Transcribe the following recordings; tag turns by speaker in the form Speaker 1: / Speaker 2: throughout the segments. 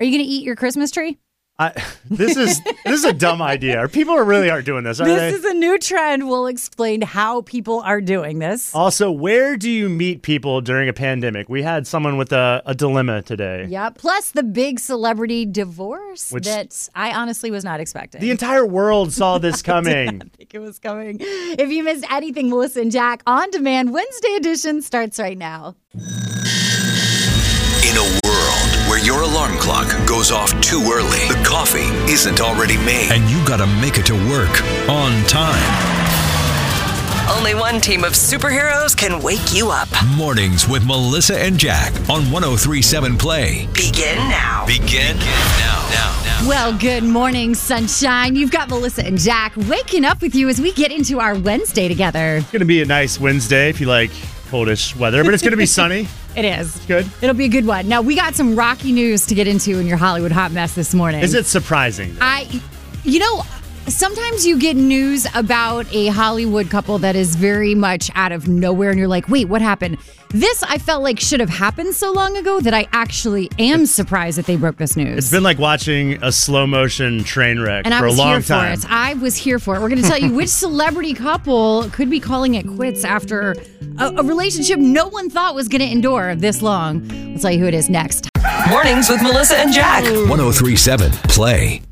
Speaker 1: Are you going to eat your Christmas tree?
Speaker 2: I, this is this is a dumb idea. People are really aren't doing this, are they?
Speaker 1: This is a new trend. We'll explain how people are doing this.
Speaker 2: also, where do you meet people during a pandemic? We had someone with a, a dilemma today.
Speaker 1: Yeah. Plus the big celebrity divorce
Speaker 2: Which-
Speaker 1: that I honestly was not expecting.
Speaker 2: The entire world saw this coming.
Speaker 1: I think it was coming. If you missed anything, Melissa and Jack on demand Wednesday edition starts right now.
Speaker 3: In a world where your alarm clock goes off too early, the coffee isn't already made, and you gotta make it to work on time.
Speaker 4: Only one team of superheroes can wake you up.
Speaker 3: Mornings with Melissa and Jack on 1037 Play.
Speaker 4: Begin now.
Speaker 3: Begin now. now, now.
Speaker 1: Well, good morning, sunshine. You've got Melissa and Jack waking up with you as we get into our Wednesday together.
Speaker 2: It's gonna be a nice Wednesday if you like coldish weather, but it's gonna be sunny.
Speaker 1: It is.
Speaker 2: Good.
Speaker 1: It'll be a good one. Now, we got some rocky news to get into in your Hollywood hot mess this morning.
Speaker 2: Is it surprising? though?
Speaker 1: I, you know, sometimes you get news about a Hollywood couple that is very much out of nowhere, and you're like, wait, what happened? This I felt like should have happened so long ago that I actually am surprised that they broke this news.
Speaker 2: It's been like watching a slow motion train wreck
Speaker 1: and I
Speaker 2: for
Speaker 1: was
Speaker 2: a long
Speaker 1: here
Speaker 2: time.
Speaker 1: for it. I was here for it. We're going to tell you which celebrity couple could be calling it quits after a, a relationship no one thought was going to endure this long. We'll tell you who it is next.
Speaker 4: Mornings with Melissa and Jack.
Speaker 3: 1037 Play.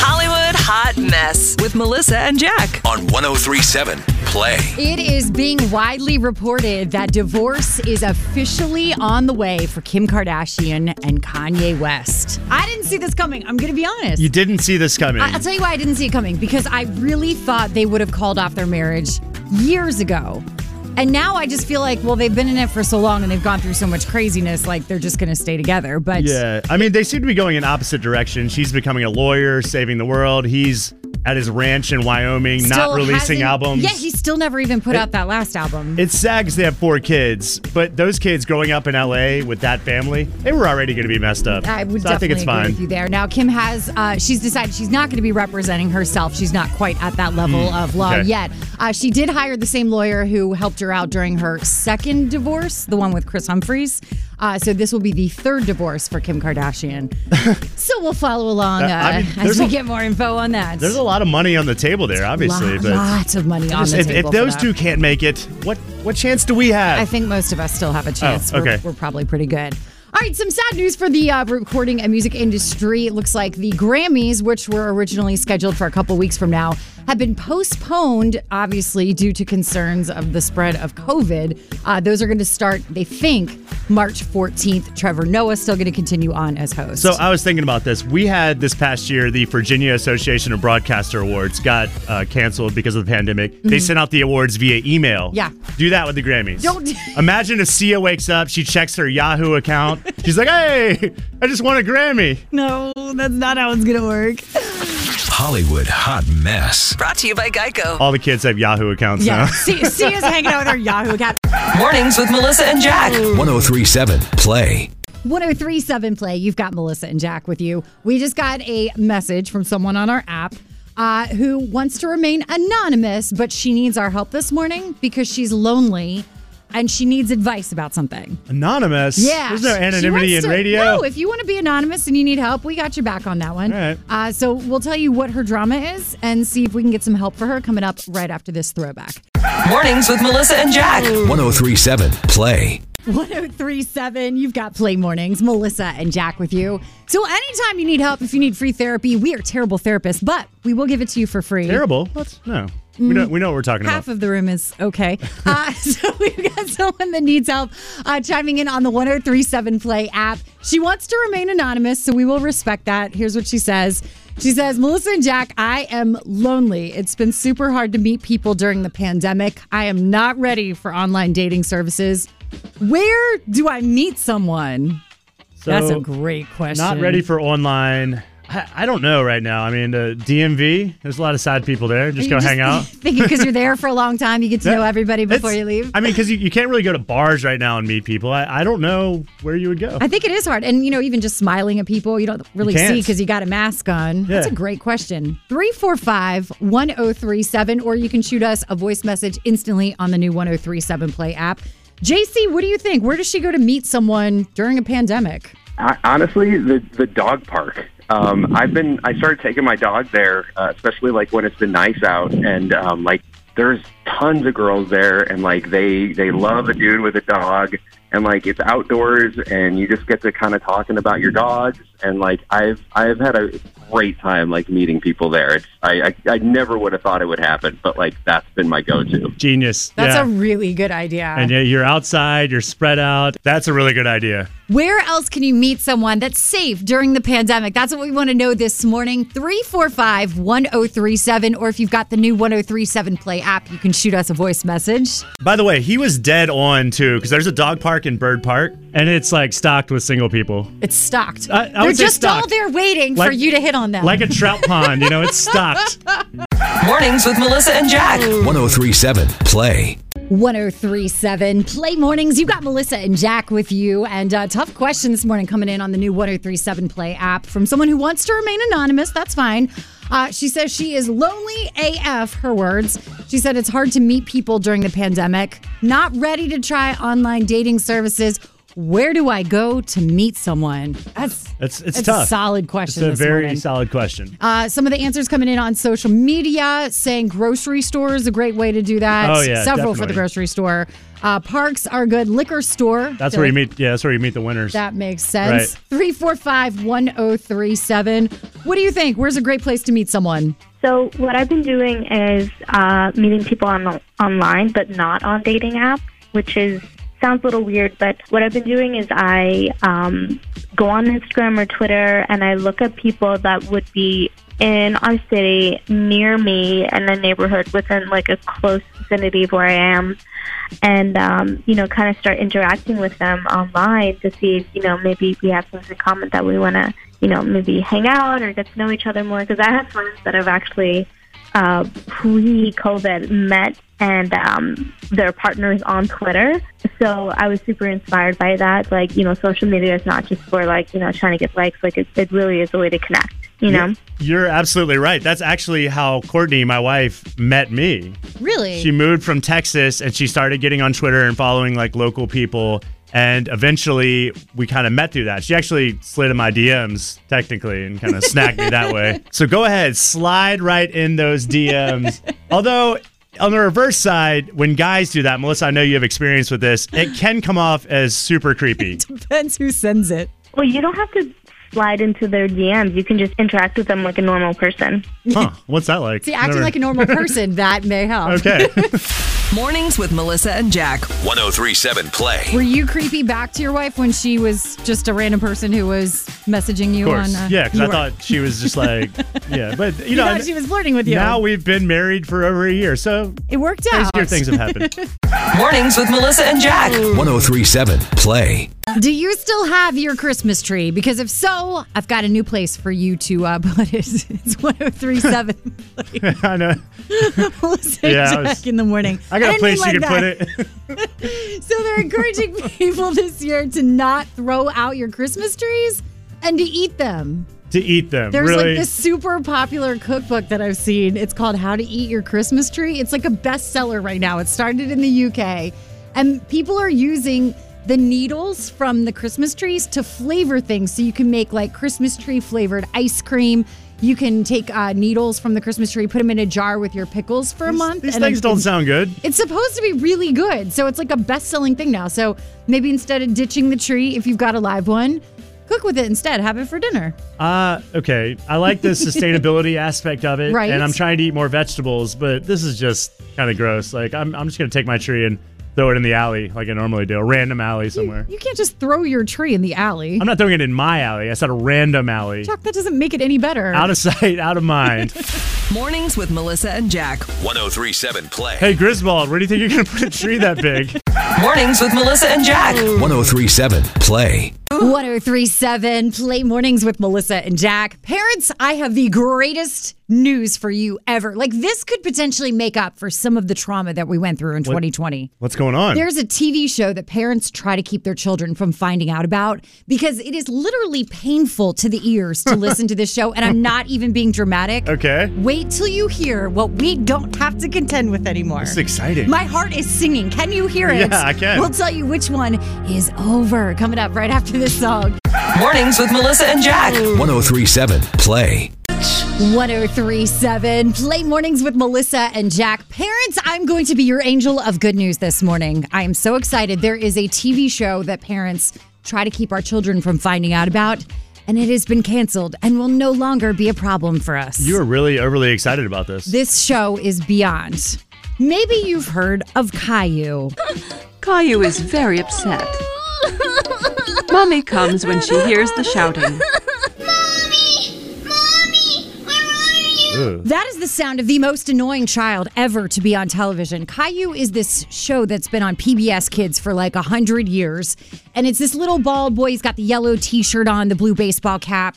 Speaker 4: Hollywood Hot Mess with Melissa and Jack.
Speaker 3: On 1037 Play.
Speaker 1: It is being widely reported that divorce is officially on the way for Kim Kardashian and Kanye West. I didn't see this coming. I'm going to be honest.
Speaker 2: You didn't see this coming.
Speaker 1: I- I'll tell you why I didn't see it coming because I really thought they would have called off their marriage years ago. And now I just feel like, well, they've been in it for so long and they've gone through so much craziness, like they're just going to stay together. But
Speaker 2: Yeah. I mean, they seem to be going in opposite directions. She's becoming a lawyer, saving the world. He's at his ranch in Wyoming,
Speaker 1: still
Speaker 2: not releasing
Speaker 1: hasn't-
Speaker 2: albums.
Speaker 1: Yeah, he still never even put out that last album.
Speaker 2: it's sad because they have four kids, but those kids growing up in LA with that family, they were already going to be messed up.
Speaker 1: I would definitely
Speaker 2: so I think it's
Speaker 1: agree
Speaker 2: fine.
Speaker 1: with you there. Now, Kim has uh, she's decided she's not going to be representing herself. She's not quite at that level of law
Speaker 2: Mm, okay.
Speaker 1: yet. Uh, she did hire the same lawyer who helped her out during her second divorce, the one with Chris Humphries. Uh, so this will be the third divorce for Kim Kardashian. so we'll follow along uh,
Speaker 2: Uh, I mean,
Speaker 1: as
Speaker 2: there's
Speaker 1: we
Speaker 2: a-
Speaker 1: get more info on that.
Speaker 2: There's a lot of money on the table there, obviously.
Speaker 1: lot,
Speaker 2: but
Speaker 1: lots of money on the
Speaker 2: if, if
Speaker 1: table. for
Speaker 2: those
Speaker 1: that.
Speaker 2: two can't make it, what what chance do we have?
Speaker 1: I think most of us still have a chance.
Speaker 2: Oh, okay.
Speaker 1: we're, we're probably pretty good. All right, some sad news for the uh, recording and music industry. It looks like the Grammys, which were originally scheduled for a couple weeks from now, have been postponed, obviously, due to concerns of the spread of COVID. Uh, those are going to start, they think, March 14th. Trevor Noah's still going to continue on as host.
Speaker 2: So I was thinking about this. We had this past year the Virginia Association of Broadcaster Awards got uh, canceled because of the pandemic. They sent out the awards via email.
Speaker 1: Mm-hmm. Yeah.
Speaker 2: do that with the Grammys.
Speaker 1: Don't-
Speaker 2: Imagine if Sia wakes up, she checks her Yahoo account, she's like, "Hey, I just won a Grammy."
Speaker 1: no, that's not how it's going to work.
Speaker 3: Hollywood Hot Mess.
Speaker 4: Brought to you by Geico.
Speaker 2: All the kids have Yahoo accounts
Speaker 1: Yeah.
Speaker 2: now.
Speaker 1: See, see us hanging out with our Yahoo account.
Speaker 4: Mornings with Melissa and Jack.
Speaker 3: 1037 Play.
Speaker 1: 1037 Play. You've got Melissa and Jack with you. We just got a message from someone on our app uh, who wants to remain anonymous, but she needs our help this morning because she's lonely and she needs advice about something.
Speaker 2: Anonymous.
Speaker 1: Yeah.
Speaker 2: There's no
Speaker 1: She
Speaker 2: anonymity
Speaker 1: wants
Speaker 2: in
Speaker 1: to-
Speaker 2: radio.
Speaker 1: No, if you want to be anonymous and you need help, we got your back on that one.
Speaker 2: All right.
Speaker 1: Uh, so we'll tell you what her drama is and see if we can get some help for her coming up right after this throwback.
Speaker 4: Mornings with Melissa and Jack.
Speaker 3: 1037 Play.
Speaker 1: 1037. You've got Play Mornings, Melissa and Jack with you. So, anytime you need help, if you need free therapy, we are terrible therapists, but we will give it to you for free.
Speaker 2: Terrible. What? No. We know we know what we're talking
Speaker 1: Half
Speaker 2: about.
Speaker 1: of the room is okay. Uh, so, we've got someone that needs help uh, chiming in on the 1037 Play app. She wants to remain anonymous, so we will respect that. Here's what she says. She says, Melissa and Jack, I am lonely. It's been super hard to meet people during the pandemic. I am not ready for online dating services. Where do I meet someone?
Speaker 2: So,
Speaker 1: That's a great question.
Speaker 2: Not ready for online. I, I don't know right now. I mean, uh, DMV. There's a lot of sad people there. Just
Speaker 1: You
Speaker 2: go
Speaker 1: just
Speaker 2: hang out.
Speaker 1: Thinking because you're there for a long time, you get to know
Speaker 2: Yeah.
Speaker 1: everybody before
Speaker 2: It's-
Speaker 1: you leave.
Speaker 2: I mean, because you, you can't really go to bars right now and meet people. I, I don't know where you would go.
Speaker 1: I think it is hard. And, you know, even just smiling at people, you don't really
Speaker 2: You can't.
Speaker 1: see because you got a mask on. That's a
Speaker 2: Yeah.
Speaker 1: great question. 345 1037, or you can shoot us a voice message instantly on the new 1037 Play app. JC, what do you think? Where does she go to meet someone during a pandemic?
Speaker 5: I, honestly, the the dog park. Um, I've been I started taking my dog there, uh, especially like when it's been nice out, and um, like there's tons of girls there, and like they they love a dude with a dog, and like it's outdoors, and you just get to kind of talking about your dogs, and like I've I've had a great time like meeting people there. It's I I, I never would have thought it would happen, but like that's been my go-to.
Speaker 2: Genius.
Speaker 1: That's
Speaker 2: yeah.
Speaker 1: a really good idea.
Speaker 2: and yeah, you're outside, you're spread out. That's a really good idea.
Speaker 1: Where else can you meet someone that's safe during the pandemic? That's what we want to know this morning. 345 1037. Or if you've got the new 1037 Play app, you can shoot us a voice message.
Speaker 2: By the way, he was dead on too, because there's a dog park in Bird Park, and it's like stocked with single people.
Speaker 1: It's stocked.
Speaker 2: I- I
Speaker 1: They're
Speaker 2: would say
Speaker 1: just all
Speaker 2: stocked.
Speaker 1: there waiting for
Speaker 2: Like-
Speaker 1: you to hit on them.
Speaker 2: Like a trout pond, you know, it's stocked.
Speaker 4: Mornings with Melissa and Jack.
Speaker 3: 1037 Play.
Speaker 1: 1037 Play Mornings. You got Melissa and Jack with you. And uh, tough question this morning coming in on the new 1037 Play app from someone who wants to remain anonymous. That's fine. Uh, she says she is lonely AF, her words. She said it's hard to meet people during the pandemic, not ready to try online dating services. Where do I go to meet someone? That's
Speaker 2: It's it's
Speaker 1: that's
Speaker 2: tough.
Speaker 1: a solid
Speaker 2: It's
Speaker 1: question.
Speaker 2: a
Speaker 1: this
Speaker 2: very
Speaker 1: morning.
Speaker 2: solid question.
Speaker 1: Uh, some of the answers coming in on social media saying grocery store is a great way to do that.
Speaker 2: Oh, yeah,
Speaker 1: Several for the
Speaker 2: definitely.
Speaker 1: grocery store. Uh, parks are good. Liquor store.
Speaker 2: That's
Speaker 1: Feel
Speaker 2: where you
Speaker 1: like
Speaker 2: meet. Yeah, that's where you meet the winners.
Speaker 1: That makes sense. 345 1037. What do you think? Where's a great place to meet someone?
Speaker 6: So what I've been doing is uh, meeting people on online, but not on dating apps, which is sounds a little weird. But what I've been doing is I um, go on Instagram or Twitter, and I look at people that would be in our city, near me, in a neighborhood within like a close vicinity of where I am, and um, you know, kind of start interacting with them online to see if you know maybe we have things in common that we want to you know maybe hang out or get to know each other more. Because I have friends that have actually uh, pre-COVID met and um, their partners on Twitter. So I was super inspired by that. Like you know, social media is not just for like you know trying to get likes. Like it, it really is a way to connect. You know.
Speaker 2: You're absolutely right. That's actually how Courtney, my wife, met me.
Speaker 1: Really?
Speaker 2: She moved from Texas and she started getting on Twitter and following like local people. And eventually we kind of met through that. She actually slid in my DMs technically and kind of snagged me that way. So go ahead, slide right in those DMs. Although, on the reverse side, when guys do that, Melissa, I know you have experience with this, it can come off as super creepy.
Speaker 1: Depends who sends it.
Speaker 6: Well, you don't have to slide into their DMs. You can just interact with them like a normal person.
Speaker 2: Huh, what's that like?
Speaker 1: See, acting
Speaker 2: Never-
Speaker 1: like a normal person, that may help.
Speaker 2: Okay.
Speaker 4: Mornings with Melissa and Jack.
Speaker 3: 1037 Play.
Speaker 1: Were you creepy back to your wife when she was just a random person who was messaging you
Speaker 2: Of course.
Speaker 1: on? uh,
Speaker 2: yeah, because
Speaker 1: you
Speaker 2: I
Speaker 1: were-
Speaker 2: thought she was just like, yeah, but you,
Speaker 1: you
Speaker 2: know,
Speaker 1: thought she was flirting with you.
Speaker 2: now we've been married for over a year, so
Speaker 1: it worked out.
Speaker 2: crazier things have happened.
Speaker 4: Mornings with Melissa and Jack.
Speaker 3: 1037 Play.
Speaker 1: Do you still have your Christmas tree? Because if so, I've got a new place for you to uh, put it. It's 1037
Speaker 2: I know.
Speaker 1: Melissa
Speaker 2: Yeah, I
Speaker 1: Jack
Speaker 2: was-
Speaker 1: in the morning.
Speaker 2: I got a
Speaker 1: didn't
Speaker 2: place
Speaker 1: mean
Speaker 2: you can
Speaker 1: like
Speaker 2: put
Speaker 1: that.
Speaker 2: it.
Speaker 1: So they're encouraging people this year to not throw out your Christmas trees and to eat them.
Speaker 2: to eat them.
Speaker 1: There's
Speaker 2: really?
Speaker 1: like this super popular cookbook that I've seen. It's called How to Eat Your Christmas Tree. It's like a bestseller right now. It started in the UK, and people are using the needles from the Christmas trees to flavor things. So you can make like Christmas tree flavored ice cream. You can take uh, needles from the Christmas tree, put them in a jar with your pickles for a month.
Speaker 2: These
Speaker 1: and
Speaker 2: things
Speaker 1: it-
Speaker 2: don't sound good.
Speaker 1: It's supposed to be really good. So it's like a best selling thing now. So maybe instead of ditching the tree, if you've got a live one, cook with it instead. Have it for dinner.
Speaker 2: Uh, okay. I like the sustainability aspect of it,
Speaker 1: Right.
Speaker 2: and I'm trying to eat more vegetables, but this is just kind of gross. Like I'm, I'm just gonna take my tree and throw it in the alley like I normally do, a random alley somewhere.
Speaker 1: You can't just throw your tree in the alley.
Speaker 2: I'm not throwing it in my alley. I said a random alley.
Speaker 1: Chuck, that doesn't make it any better.
Speaker 2: Out of sight, out of mind.
Speaker 4: Mornings with Melissa and Jack.
Speaker 3: 1037 Play.
Speaker 2: hey Griswold, where do you think you're gonna put a tree that big?
Speaker 4: Mornings with Melissa and Jack.
Speaker 3: 1037 Play.
Speaker 1: 1037 Play Mornings with Melissa and Jack. Parents, I have the greatest news for you ever. Like, this could potentially make up for some of the trauma that we went through in 2020.
Speaker 2: What's going on?
Speaker 1: There's a TV show that parents try to keep their children from finding out about because it is literally painful to the ears to listen to this show. And I'm not even being dramatic.
Speaker 2: Okay.
Speaker 1: Wait Wait till you hear what we don't have to contend with anymore.
Speaker 2: This is exciting.
Speaker 1: My heart is singing. Can you hear it?
Speaker 2: Yeah, I can.
Speaker 1: We'll tell you which one is over coming up right after this song.
Speaker 4: Mornings with Melissa and Jack.
Speaker 3: 1037 Play.
Speaker 1: 1037 Play Mornings with Melissa and Jack. Parents, I'm going to be your angel of good news this morning. I am so excited. There is a TV show that parents try to keep our children from finding out about, and it has been canceled and will no longer be a problem for us.
Speaker 2: You were really overly excited about this.
Speaker 1: this show is beyond. Maybe you've heard of Caillou.
Speaker 7: Caillou is very upset. Mommy comes when she hears the shouting.
Speaker 2: Ooh.
Speaker 1: That is the sound of the most annoying child ever to be on television. Caillou is this show that's been on PBS Kids for like a hundred years, and it's this little bald boy. He's got the yellow T-shirt on, the blue baseball cap.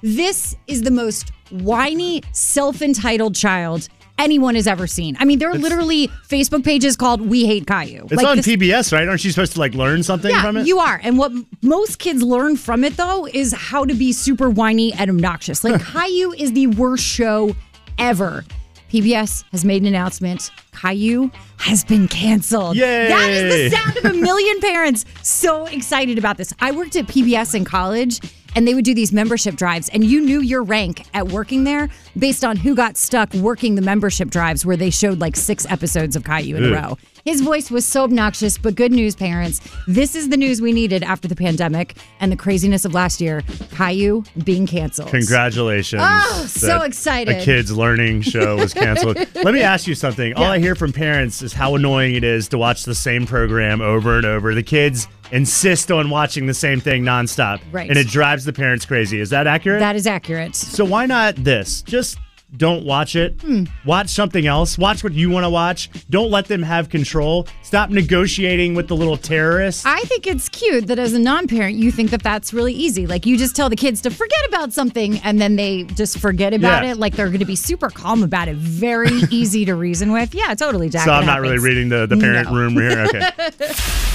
Speaker 1: This is the most whiny, self-entitled child anyone has ever seen. I mean, there are literally Facebook pages called "We Hate Caillou."
Speaker 2: It's
Speaker 1: Like
Speaker 2: on
Speaker 1: this-
Speaker 2: PBS, right? Aren't you supposed to like learn something
Speaker 1: yeah,
Speaker 2: from it?
Speaker 1: you are. And what m- most kids learn from it, though, is how to be super whiny and obnoxious. Like, Caillou is the worst show ever. PBS has made an announcement. Caillou has been canceled. That is
Speaker 2: Yay.
Speaker 1: the sound of a million parents so excited about this. I worked at PBS in college, and they would do these membership drives, and you knew your rank at working there based on who got stuck working the membership drives where they showed like six episodes of Caillou in a
Speaker 2: Ugh.
Speaker 1: row. His voice was so obnoxious, but good news, parents. This is the news we needed after the pandemic and the craziness of last year. Caillou being canceled.
Speaker 2: Congratulations.
Speaker 1: Oh, so
Speaker 2: that
Speaker 1: excited.
Speaker 2: A kids learning show was canceled. Let me ask you something. All I hear from parents is how annoying it is to watch the same program over and over. The kids insist on watching the same thing nonstop.
Speaker 1: Right.
Speaker 2: And it drives the parents crazy. Is that accurate?
Speaker 1: That is accurate.
Speaker 2: so why not this? Just don't watch it.
Speaker 1: Hmm.
Speaker 2: Watch something else. Watch what you want to watch. Don't let them have control. Stop negotiating with the little terrorists.
Speaker 1: I think it's cute that as a non parent, you think that that's really easy. Like, you just tell the kids to forget about something and then they just forget about
Speaker 2: Yeah.
Speaker 1: it. Like, they're going to be super calm about it. Very easy to reason with. Yeah, totally, Jack.
Speaker 2: so
Speaker 1: it
Speaker 2: I'm not really
Speaker 1: happens.
Speaker 2: reading the, the parent
Speaker 1: No.
Speaker 2: room here. Okay.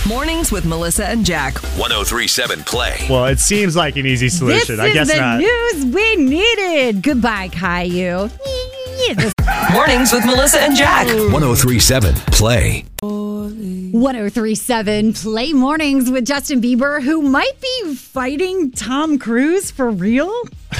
Speaker 4: Mornings with Melissa and Jack.
Speaker 3: 1037 Play.
Speaker 2: Well, it seems like an easy
Speaker 1: This
Speaker 2: solution.
Speaker 1: is
Speaker 2: I guess
Speaker 1: the
Speaker 2: not.
Speaker 1: news we needed. Goodbye, Caillou.
Speaker 4: Mornings with Melissa and Jack.
Speaker 3: 1037 Play.
Speaker 1: 1037 Play Mornings with Justin Bieber, who might be fighting Tom Cruise for real,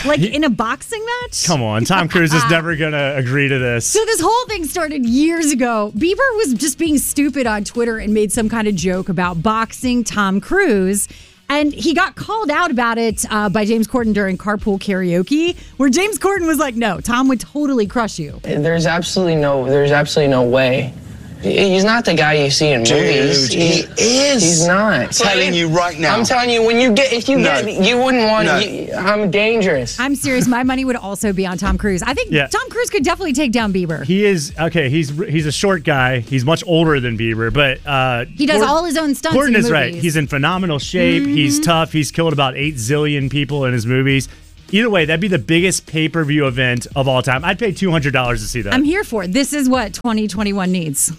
Speaker 1: like in a boxing match.
Speaker 2: Come on, Tom Cruise is never gonna agree to this.
Speaker 1: So this whole thing started years ago. Bieber was just being stupid on Twitter and made some kind of joke about boxing Tom Cruise. And he got called out about it uh, by James Corden during carpool karaoke, where James Corden was like, no, Tom would totally crush you.
Speaker 8: There's absolutely no. There's absolutely no way. He's not the guy you see in movies. He's-
Speaker 9: is.
Speaker 8: He's not.
Speaker 9: telling you right now.
Speaker 8: I'm telling you, when you get, if you
Speaker 9: No.
Speaker 8: get, you wouldn't want.
Speaker 9: No.
Speaker 8: You, I'm dangerous.
Speaker 1: I'm serious. My money would also be on Tom Cruise. I think
Speaker 2: Yeah.
Speaker 1: Tom Cruise could definitely take down Bieber. He,
Speaker 2: He is okay. He's he's a short guy. He's much older than Bieber, but uh,
Speaker 1: does
Speaker 2: Corden-
Speaker 1: all his own stunts. in
Speaker 2: Corden is right.
Speaker 1: movies. Mm-hmm.
Speaker 2: He's in phenomenal shape. He's tough. He's killed about eight zillion people in his movies. Either way, that'd be the biggest pay per view event of all time. I'd pay two hundred dollars to see that.
Speaker 1: I'm here for it. This is what 2021 needs.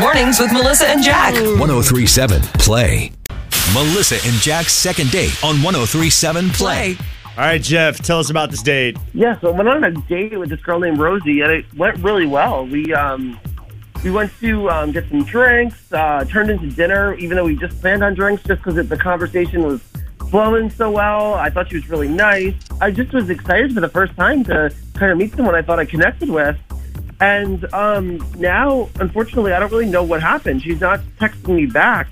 Speaker 4: Mornings with Melissa and Jack.
Speaker 3: 1037 Play. Melissa and Jack's second date on 1037 Play.
Speaker 4: Play.
Speaker 2: all right, Jeff, tell us about this date.
Speaker 5: Yeah, so I went on a date with this girl named Rosie, and it went really well. We um, we went to um, get some drinks, uh, turned into dinner, even though we just planned on drinks, just because the conversation was flowing so well. I thought she was really nice. I just was excited for the first time to kind of meet someone I thought I connected with. And um, now, unfortunately, I don't really know what happened. She's not texting me back.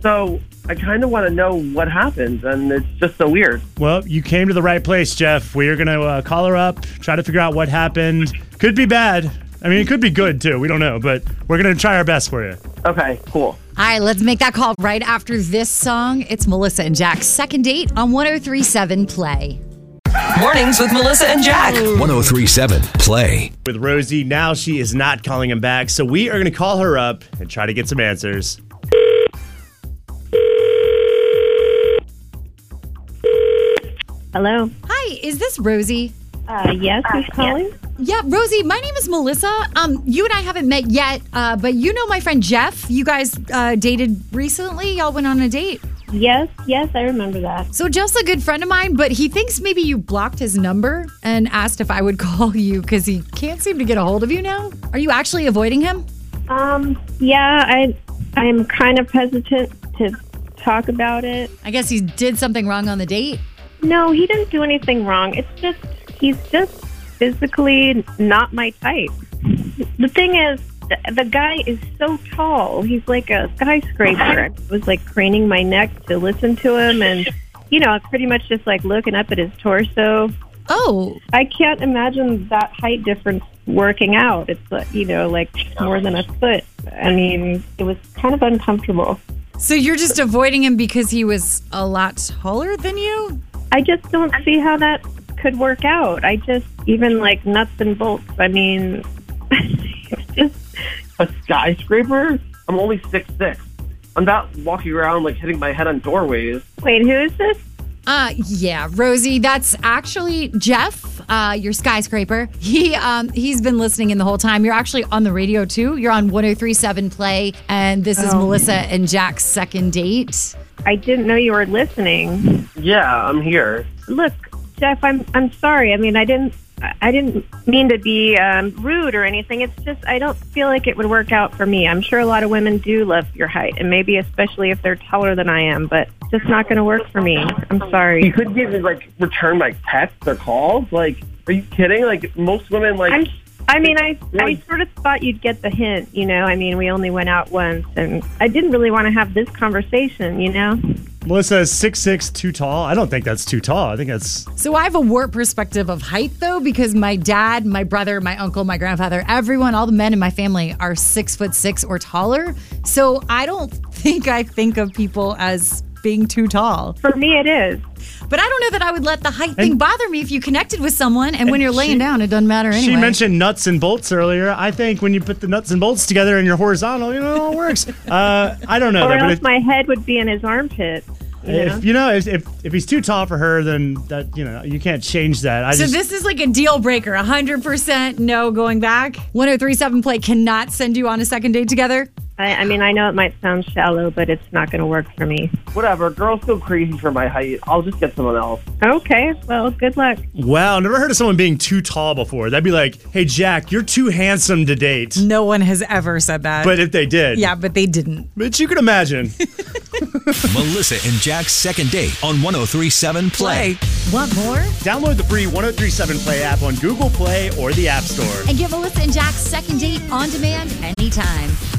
Speaker 5: So I kind of want to know what happened, and it's just so weird.
Speaker 2: Well, you came to the right place, Jeff. We are gonna uh, call her up, try to figure out what happened. Could be bad. I mean, it could be good too. We don't know, but we're gonna try our best for you.
Speaker 5: Okay, cool.
Speaker 1: All right, let's make that call right after this song. It's Melissa and Jack's second date on 1037 Play.
Speaker 4: Mornings with Melissa and Jack.
Speaker 3: 1037 Play.
Speaker 2: with Rosie. Now she is not calling him back. So we are going to call her up and try to get some answers.
Speaker 6: Hello.
Speaker 1: Hi, is this Rosie?
Speaker 6: Uh, yes, who's calling?
Speaker 1: Yeah, Rosie, my name is Melissa. Um, you and I haven't met yet, uh, but you know my friend Jeff. You guys uh, dated recently. Y'all went on a date.
Speaker 6: Yes, yes, I remember that.
Speaker 1: So Jeff's a good friend of mine, but he thinks maybe you blocked his number and asked if I would call you because he can't seem to get a hold of you now. Are you actually avoiding him?
Speaker 6: Um, yeah, I I'm kind of hesitant to talk about it.
Speaker 1: I guess he did something wrong on the date.
Speaker 6: No, he didn't do anything wrong. It's just he's just physically not my type. The thing is, the, the guy is so tall. He's like a skyscraper. I was like craning my neck to listen to him, and you know, pretty much just like looking up at his torso.
Speaker 1: Oh,
Speaker 6: I can't imagine that height difference working out. It's like, you know like more than a foot. I mean, it was kind of uncomfortable.
Speaker 1: so you're just avoiding him because he was a lot taller than you?
Speaker 6: I just don't see how that could work out. I just even like nuts and bolts. I mean, it's just
Speaker 9: A skyscraper? I'm only six six. I'm not walking around like hitting my head on doorways.
Speaker 6: wait, who is this?
Speaker 1: Uh, yeah, Rosie. That's actually Jeff, uh, your skyscraper. He um, he's been listening in the whole time. You're actually on the radio too. You're on 103.7 Play, and this is Melissa and Jack's second date.
Speaker 6: I didn't know you were listening.
Speaker 9: Yeah, I'm here.
Speaker 6: Look, Jeff, I'm I'm sorry. I mean, I didn't I didn't mean to be um, rude or anything. It's just I don't feel like it would work out for me. I'm sure a lot of women do love your height, and maybe especially if they're taller than I am. But just not going to work for me. I'm
Speaker 9: You
Speaker 6: sorry.
Speaker 9: could give me like return my texts or calls. Like, are you kidding? Like most women, like
Speaker 6: I'm. I mean, I I sort of thought you'd get the hint. You know, I mean, we only went out once, and I didn't really want to have this conversation. You know.
Speaker 2: Melissa is six six, too tall. I don't think that's too tall. I think that's
Speaker 1: So I have a warped perspective of height though, because my dad, my brother, my uncle, my grandfather, everyone, all the men in my family are six foot six or taller. So I don't think I think of people as being too tall.
Speaker 6: For me, it is.
Speaker 1: But I don't know that I would let the height thing bother me if you connected with someone and, when you're laying
Speaker 2: she-
Speaker 1: down, it doesn't matter anyway.
Speaker 2: She mentioned nuts and bolts earlier. I think when you put the nuts and bolts together and you're horizontal, you know, it works. Uh, I don't know.
Speaker 6: Or
Speaker 2: though, but
Speaker 6: else
Speaker 2: if,
Speaker 6: my head would be in his armpit. You know?
Speaker 2: if you know, if, if if he's too tall for her, then that you know you can't change that. I
Speaker 1: So
Speaker 2: just
Speaker 1: this is like a deal breaker, 100% no going back. 1037 Play cannot send you on a second date together.
Speaker 6: I, I mean, I know it might sound shallow, but it's not going to work for me.
Speaker 9: whatever. Girls go crazy for my height. I'll just get someone else.
Speaker 6: Okay, well, good luck.
Speaker 2: wow, never heard of someone being too tall before. That'd be like, hey Jack, you're too handsome to date.
Speaker 1: No one has ever said that.
Speaker 2: But if they did,
Speaker 1: yeah, but they didn't.
Speaker 2: But you can imagine.
Speaker 3: Melissa and Jack's second date on 1037 Play.
Speaker 1: Want more?
Speaker 2: Download the free 1037 Play app on Google Play or the App Store.
Speaker 1: And get Melissa and Jack's second date on demand anytime.